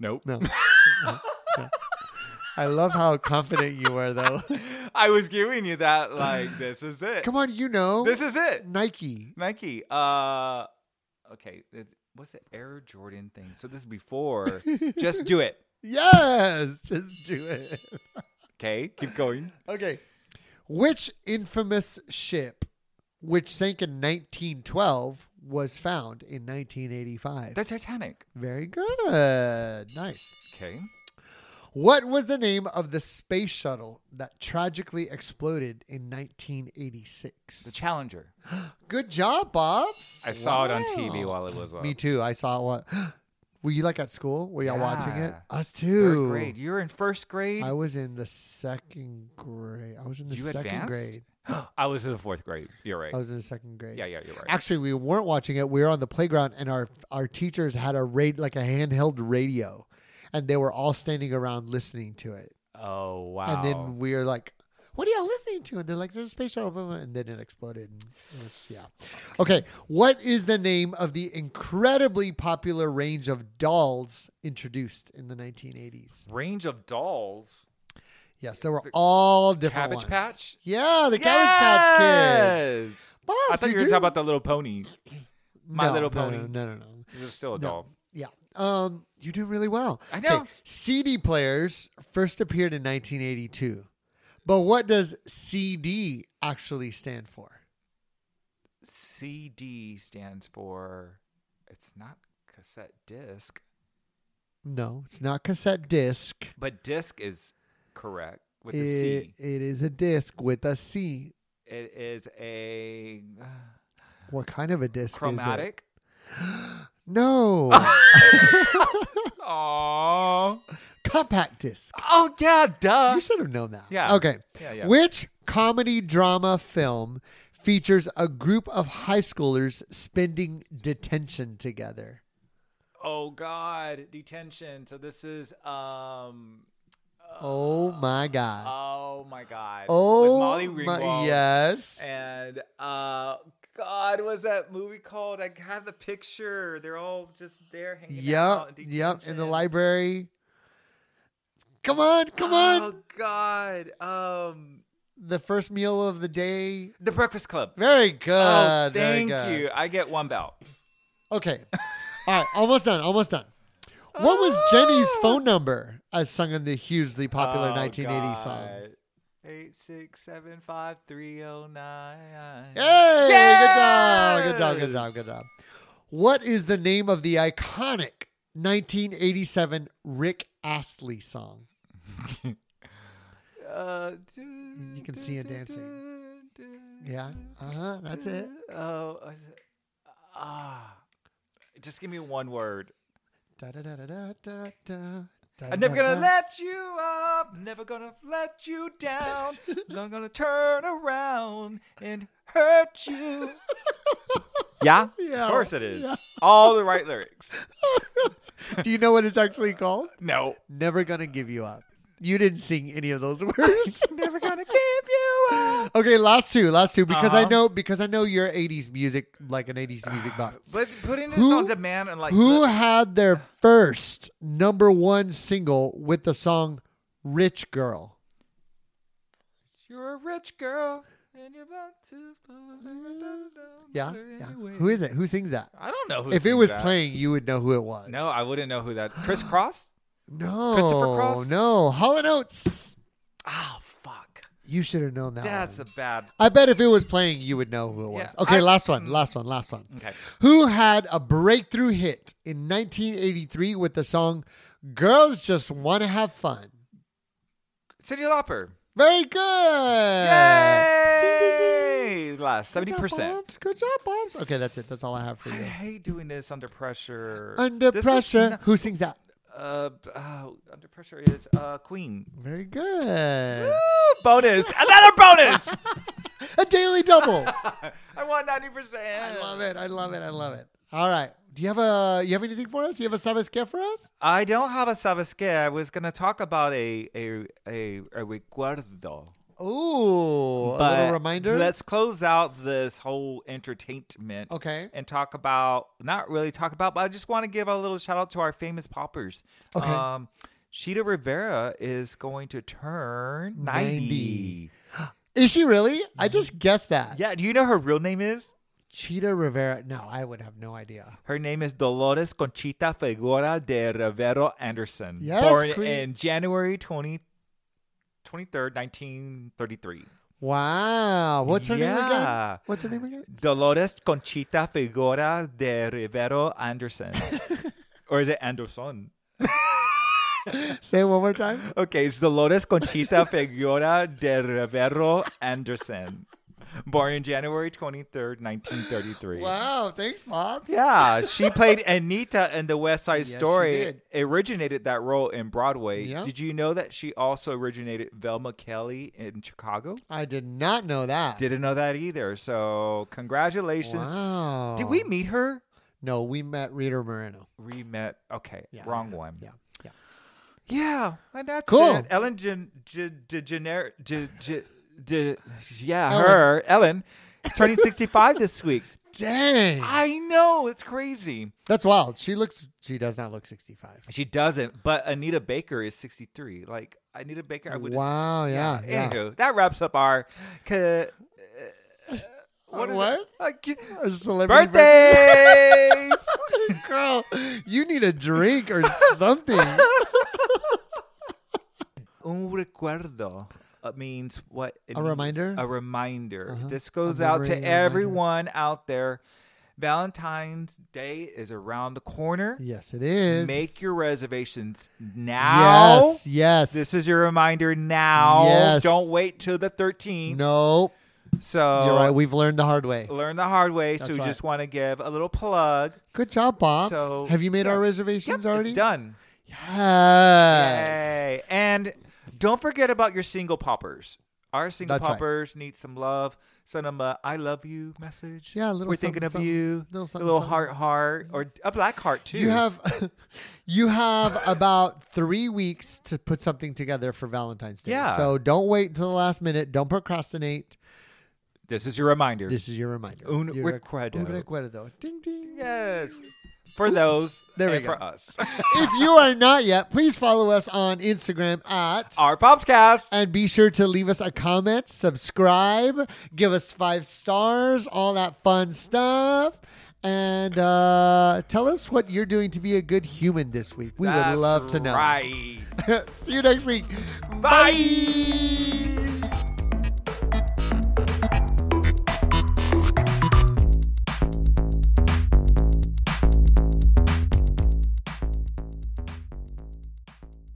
[SPEAKER 2] nope.
[SPEAKER 1] No. I love how confident you are, though.
[SPEAKER 2] I was giving you that like this is it.
[SPEAKER 1] Come on, you know
[SPEAKER 2] This is it.
[SPEAKER 1] Nike.
[SPEAKER 2] Nike. Uh, okay. it- What's the Air Jordan thing? So this is before. Just do it.
[SPEAKER 1] Yes, just do it.
[SPEAKER 2] Okay. Keep going.
[SPEAKER 1] Okay. Which infamous ship, which sank in 1912, was found in 1985?
[SPEAKER 2] The Titanic.
[SPEAKER 1] Very good. Nice.
[SPEAKER 2] Okay.
[SPEAKER 1] What was the name of the space shuttle that tragically exploded in 1986?
[SPEAKER 2] The Challenger.
[SPEAKER 1] Good job, Bobs.
[SPEAKER 2] I saw it on
[SPEAKER 1] Wow.
[SPEAKER 2] TV while it was on.
[SPEAKER 1] Me too. I saw it. wa- Were you like at school? Were y'all watching it?
[SPEAKER 2] Yeah.
[SPEAKER 1] Us
[SPEAKER 2] Third
[SPEAKER 1] too.
[SPEAKER 2] grade. You're in first grade.
[SPEAKER 1] I was in the second grade. I was in the
[SPEAKER 2] You
[SPEAKER 1] second
[SPEAKER 2] advanced?
[SPEAKER 1] grade.
[SPEAKER 2] I was in the fourth grade. You're right.
[SPEAKER 1] I was in the second grade.
[SPEAKER 2] yeah, yeah, you're right.
[SPEAKER 1] Actually, we weren't watching it. We were on the playground, and our our teachers had a rate like a handheld radio, and they were all standing around listening to it.
[SPEAKER 2] oh wow.
[SPEAKER 1] And then we were like, "What are y'all listening to?" And they're like, "There's a space shuttle," blah, blah, blah," and then it exploded. And it was- yeah. Okay. What is the name of the incredibly popular range of dolls introduced in the 1980s?
[SPEAKER 2] range of dolls.
[SPEAKER 1] Yes, there were all different
[SPEAKER 2] Cabbage
[SPEAKER 1] ones.
[SPEAKER 2] Patch?
[SPEAKER 1] Yeah, the Cabbage Patch Kids.
[SPEAKER 2] Yes!
[SPEAKER 1] Bob,
[SPEAKER 2] I thought you were
[SPEAKER 1] do-
[SPEAKER 2] talking about the Little Pony. My
[SPEAKER 1] No,
[SPEAKER 2] Little
[SPEAKER 1] no,
[SPEAKER 2] Pony.
[SPEAKER 1] No, no, no, no.
[SPEAKER 2] It's still a
[SPEAKER 1] No.
[SPEAKER 2] doll.
[SPEAKER 1] Yeah. Um, you do really well.
[SPEAKER 2] I know.
[SPEAKER 1] CD players first appeared in 1982. But what does CD actually stand for?
[SPEAKER 2] CD stands for. It's not cassette disc,
[SPEAKER 1] No, it's not cassette disc.
[SPEAKER 2] but disc is correct with the
[SPEAKER 1] It,
[SPEAKER 2] C.
[SPEAKER 1] it is a disc with a C.
[SPEAKER 2] It is a uh,
[SPEAKER 1] What kind of a disc is it?
[SPEAKER 2] chromatic.
[SPEAKER 1] No,
[SPEAKER 2] Oh.
[SPEAKER 1] compact disc.
[SPEAKER 2] Oh yeah, duh.
[SPEAKER 1] You should have known that.
[SPEAKER 2] yeah.
[SPEAKER 1] Okay.
[SPEAKER 2] Yeah, yeah.
[SPEAKER 1] Which comedy drama film features a group of high schoolers spending detention together?
[SPEAKER 2] Oh God, detention. So this is um.
[SPEAKER 1] Oh
[SPEAKER 2] Uh,
[SPEAKER 1] my God.
[SPEAKER 2] Oh my God.
[SPEAKER 1] oh,
[SPEAKER 2] With Molly
[SPEAKER 1] my-
[SPEAKER 2] Ringwald.
[SPEAKER 1] yes.
[SPEAKER 2] And uh, God, what's that movie called? I have the picture. They're all just there hanging
[SPEAKER 1] Yep.
[SPEAKER 2] out. in
[SPEAKER 1] Yep. In the
[SPEAKER 2] detention.
[SPEAKER 1] library. Come on. Come
[SPEAKER 2] Oh
[SPEAKER 1] on.
[SPEAKER 2] God. Um,
[SPEAKER 1] The first meal of the day.
[SPEAKER 2] The Breakfast Club.
[SPEAKER 1] Very good.
[SPEAKER 2] oh,
[SPEAKER 1] very
[SPEAKER 2] thank
[SPEAKER 1] good.
[SPEAKER 2] you. I get one belt.
[SPEAKER 1] Okay. All right. Almost done. Almost done. What was Jenny's phone number as sung in the hugely popular
[SPEAKER 2] Oh,
[SPEAKER 1] 1980
[SPEAKER 2] God.
[SPEAKER 1] song?
[SPEAKER 2] Eight six seven five three oh nine.
[SPEAKER 1] Hey, good job. Good job. Good
[SPEAKER 2] Yes!
[SPEAKER 1] job. Good job. What is the name of the iconic 1987 Rick Astley song?
[SPEAKER 2] Uh,
[SPEAKER 1] You can see it dancing. Yeah. Uh huh. That's it.
[SPEAKER 2] Oh, is it- ah. Just give me one word.
[SPEAKER 1] Da, da, da, da, da, da, da, da,
[SPEAKER 2] I'm never
[SPEAKER 1] da,
[SPEAKER 2] gonna
[SPEAKER 1] da.
[SPEAKER 2] let you up. Never gonna let you down. I'm gonna turn around and hurt you. Yeah,
[SPEAKER 1] Yeah.
[SPEAKER 2] of course it is.
[SPEAKER 1] Yeah.
[SPEAKER 2] All the right lyrics.
[SPEAKER 1] Do you know what it's actually called?
[SPEAKER 2] No,
[SPEAKER 1] Never gonna give you up. You didn't sing any of those words.
[SPEAKER 2] never gonna give you up.
[SPEAKER 1] okay, last two, last two, because I
[SPEAKER 2] Uh-huh.
[SPEAKER 1] know because I know you're '80s music, like an '80s music buff.
[SPEAKER 2] But putting this
[SPEAKER 1] Who-
[SPEAKER 2] on demand and like
[SPEAKER 1] Who
[SPEAKER 2] the-
[SPEAKER 1] had their first number one single with the song "Rich Girl"?
[SPEAKER 2] You're a rich girl and you're about to.
[SPEAKER 1] Yeah, yeah. Who is it? Who sings that?
[SPEAKER 2] I don't know who.
[SPEAKER 1] if it
[SPEAKER 2] sings
[SPEAKER 1] was
[SPEAKER 2] that.
[SPEAKER 1] playing, you would know who it was.
[SPEAKER 2] no, I wouldn't know who that. Chris Cross.
[SPEAKER 1] no,
[SPEAKER 2] Christopher Cross?
[SPEAKER 1] no. Hall and Oates.
[SPEAKER 2] Oh fuck,
[SPEAKER 1] You should have known that.
[SPEAKER 2] that's
[SPEAKER 1] one.
[SPEAKER 2] a bad.
[SPEAKER 1] I bet if it was playing, you would know who it was.
[SPEAKER 2] Yeah,
[SPEAKER 1] okay,
[SPEAKER 2] I- Mm.
[SPEAKER 1] last one, last one, last one.
[SPEAKER 2] Okay.
[SPEAKER 1] Who had a breakthrough hit in 1983 with the song "Girls Just Want to Have Fun"?
[SPEAKER 2] Cindy Lauper.
[SPEAKER 1] Very good.
[SPEAKER 2] Yay! Last
[SPEAKER 1] Good
[SPEAKER 2] seventy
[SPEAKER 1] job,
[SPEAKER 2] percent.
[SPEAKER 1] Bobs. Good job, Bobs. Okay, that's it. That's all I have for
[SPEAKER 2] I
[SPEAKER 1] you.
[SPEAKER 2] hate doing this under pressure.
[SPEAKER 1] Under
[SPEAKER 2] This is
[SPEAKER 1] pressure.
[SPEAKER 2] not-
[SPEAKER 1] Who sings that?
[SPEAKER 2] uh, oh, under pressure is uh Queen.
[SPEAKER 1] Very good.
[SPEAKER 2] Woo! bonus, another bonus.
[SPEAKER 1] A daily double.
[SPEAKER 2] I want ninety percent.
[SPEAKER 1] I love it. I love it. I love it. All right. Do you have a you have anything for us? You have a sabes que for us?
[SPEAKER 2] I don't have a sabasque. I was gonna talk about a a a, a recuerdo.
[SPEAKER 1] Ooh, a
[SPEAKER 2] but
[SPEAKER 1] little reminder.
[SPEAKER 2] Let's close out this whole entertainment.
[SPEAKER 1] Okay.
[SPEAKER 2] And talk about not really talk about, but I just want to give a little shout out to our famous poppers.
[SPEAKER 1] Okay.
[SPEAKER 2] Um Sheeta Rivera is going to turn 90.
[SPEAKER 1] 90. Is she really? I just guessed that.
[SPEAKER 2] Mm-hmm. Yeah, do you know her real name is?
[SPEAKER 1] Cheetah Rivera. No, I would have no idea.
[SPEAKER 2] Her name is Dolores Conchita Figuera de Rivero Anderson.
[SPEAKER 1] Yes,
[SPEAKER 2] born
[SPEAKER 1] queen.
[SPEAKER 2] in January 20, 23rd, 1933.
[SPEAKER 1] Wow. What's her name
[SPEAKER 2] Yeah.
[SPEAKER 1] again? What's her name again?
[SPEAKER 2] Dolores Conchita Figuera de Rivero Anderson. or is it Anderson?
[SPEAKER 1] Say it one more time.
[SPEAKER 2] Okay, it's Dolores Conchita Figuera de Rivero Anderson. Born in January 23rd, 1933.
[SPEAKER 1] Wow. Thanks, Bobs.
[SPEAKER 2] Yeah, she played Anita in the West Side
[SPEAKER 1] Yes, she
[SPEAKER 2] Story.
[SPEAKER 1] did.
[SPEAKER 2] Originated that role in Broadway.
[SPEAKER 1] Yeah.
[SPEAKER 2] Did you know that she also originated Velma Kelly in Chicago?
[SPEAKER 1] I did not know that.
[SPEAKER 2] Didn't know that either. So, congratulations.
[SPEAKER 1] wow.
[SPEAKER 2] Did we meet her?
[SPEAKER 1] No, we met Rita Moreno.
[SPEAKER 2] We met. Okay,
[SPEAKER 1] Yeah,
[SPEAKER 2] wrong
[SPEAKER 1] yeah,
[SPEAKER 2] one.
[SPEAKER 1] Yeah. Yeah.
[SPEAKER 2] Yeah, and that's
[SPEAKER 1] Cool.
[SPEAKER 2] it. Ellen Gen- G- DeGener- G- G- De- yeah,
[SPEAKER 1] Ellen.
[SPEAKER 2] her Ellen is turning sixty-five this week.
[SPEAKER 1] Dang.
[SPEAKER 2] I know it's crazy.
[SPEAKER 1] That's wild. She looks she does not look 65.
[SPEAKER 2] She doesn't, but Anita Baker is sixty-three. Like I need a baker. I would.
[SPEAKER 1] Wow. Yeah. Yeah.
[SPEAKER 2] Anywho, that wraps up our. Ca-
[SPEAKER 1] What?
[SPEAKER 2] is it?
[SPEAKER 1] Oh, what?
[SPEAKER 2] Uh, ca-
[SPEAKER 1] Our celebrity
[SPEAKER 2] birthday.
[SPEAKER 1] birth- Girl, you need a drink or something.
[SPEAKER 2] Un recuerdo uh, means what? it
[SPEAKER 1] A
[SPEAKER 2] means.
[SPEAKER 1] reminder?
[SPEAKER 2] A reminder.
[SPEAKER 1] Uh-huh.
[SPEAKER 2] This
[SPEAKER 1] A
[SPEAKER 2] goes out
[SPEAKER 1] memory, a
[SPEAKER 2] to
[SPEAKER 1] reminder.
[SPEAKER 2] everyone out there. Valentine's Day is around the corner.
[SPEAKER 1] yes, it is.
[SPEAKER 2] Make your reservations now.
[SPEAKER 1] Yes. Yes.
[SPEAKER 2] This is your reminder now.
[SPEAKER 1] Yes.
[SPEAKER 2] Don't wait till the 13th.
[SPEAKER 1] no.
[SPEAKER 2] So
[SPEAKER 1] You're right. We've learned the hard way.
[SPEAKER 2] learn the hard way.
[SPEAKER 1] That's
[SPEAKER 2] so we
[SPEAKER 1] right.
[SPEAKER 2] just want to give a little plug.
[SPEAKER 1] Good job, Pops.
[SPEAKER 2] So-
[SPEAKER 1] Have you made
[SPEAKER 2] yeah.
[SPEAKER 1] our
[SPEAKER 2] Yep,
[SPEAKER 1] reservations already?
[SPEAKER 2] it's done.
[SPEAKER 1] Yes.
[SPEAKER 2] Yay. And don't forget about your single poppers. Our single
[SPEAKER 1] That's right.
[SPEAKER 2] poppers need some love. Send them a I love you message.
[SPEAKER 1] Yeah, a little
[SPEAKER 2] We're thinking
[SPEAKER 1] something,
[SPEAKER 2] of
[SPEAKER 1] something.
[SPEAKER 2] you.
[SPEAKER 1] Little
[SPEAKER 2] a
[SPEAKER 1] something,
[SPEAKER 2] little
[SPEAKER 1] something.
[SPEAKER 2] heart heart or a black heart too.
[SPEAKER 1] You have you have about three weeks to put something together for Valentine's Day.
[SPEAKER 2] Yeah.
[SPEAKER 1] So don't wait until the last minute. Don't procrastinate.
[SPEAKER 2] This is your reminder.
[SPEAKER 1] This is your reminder.
[SPEAKER 2] Un
[SPEAKER 1] Your rec-
[SPEAKER 2] recuerdo.
[SPEAKER 1] Un recuerdo. Ding ding.
[SPEAKER 2] yes. For those
[SPEAKER 1] There we
[SPEAKER 2] and
[SPEAKER 1] go.
[SPEAKER 2] for us.
[SPEAKER 1] If you are not yet, please follow us on Instagram at
[SPEAKER 2] Our Popscast.
[SPEAKER 1] and be sure to leave us a comment, subscribe, give us five stars, all that fun stuff. And uh, tell us what you're doing to be a good human this week. We
[SPEAKER 2] That's
[SPEAKER 1] would love to know.
[SPEAKER 2] Right.
[SPEAKER 1] See you next week.
[SPEAKER 2] Bye.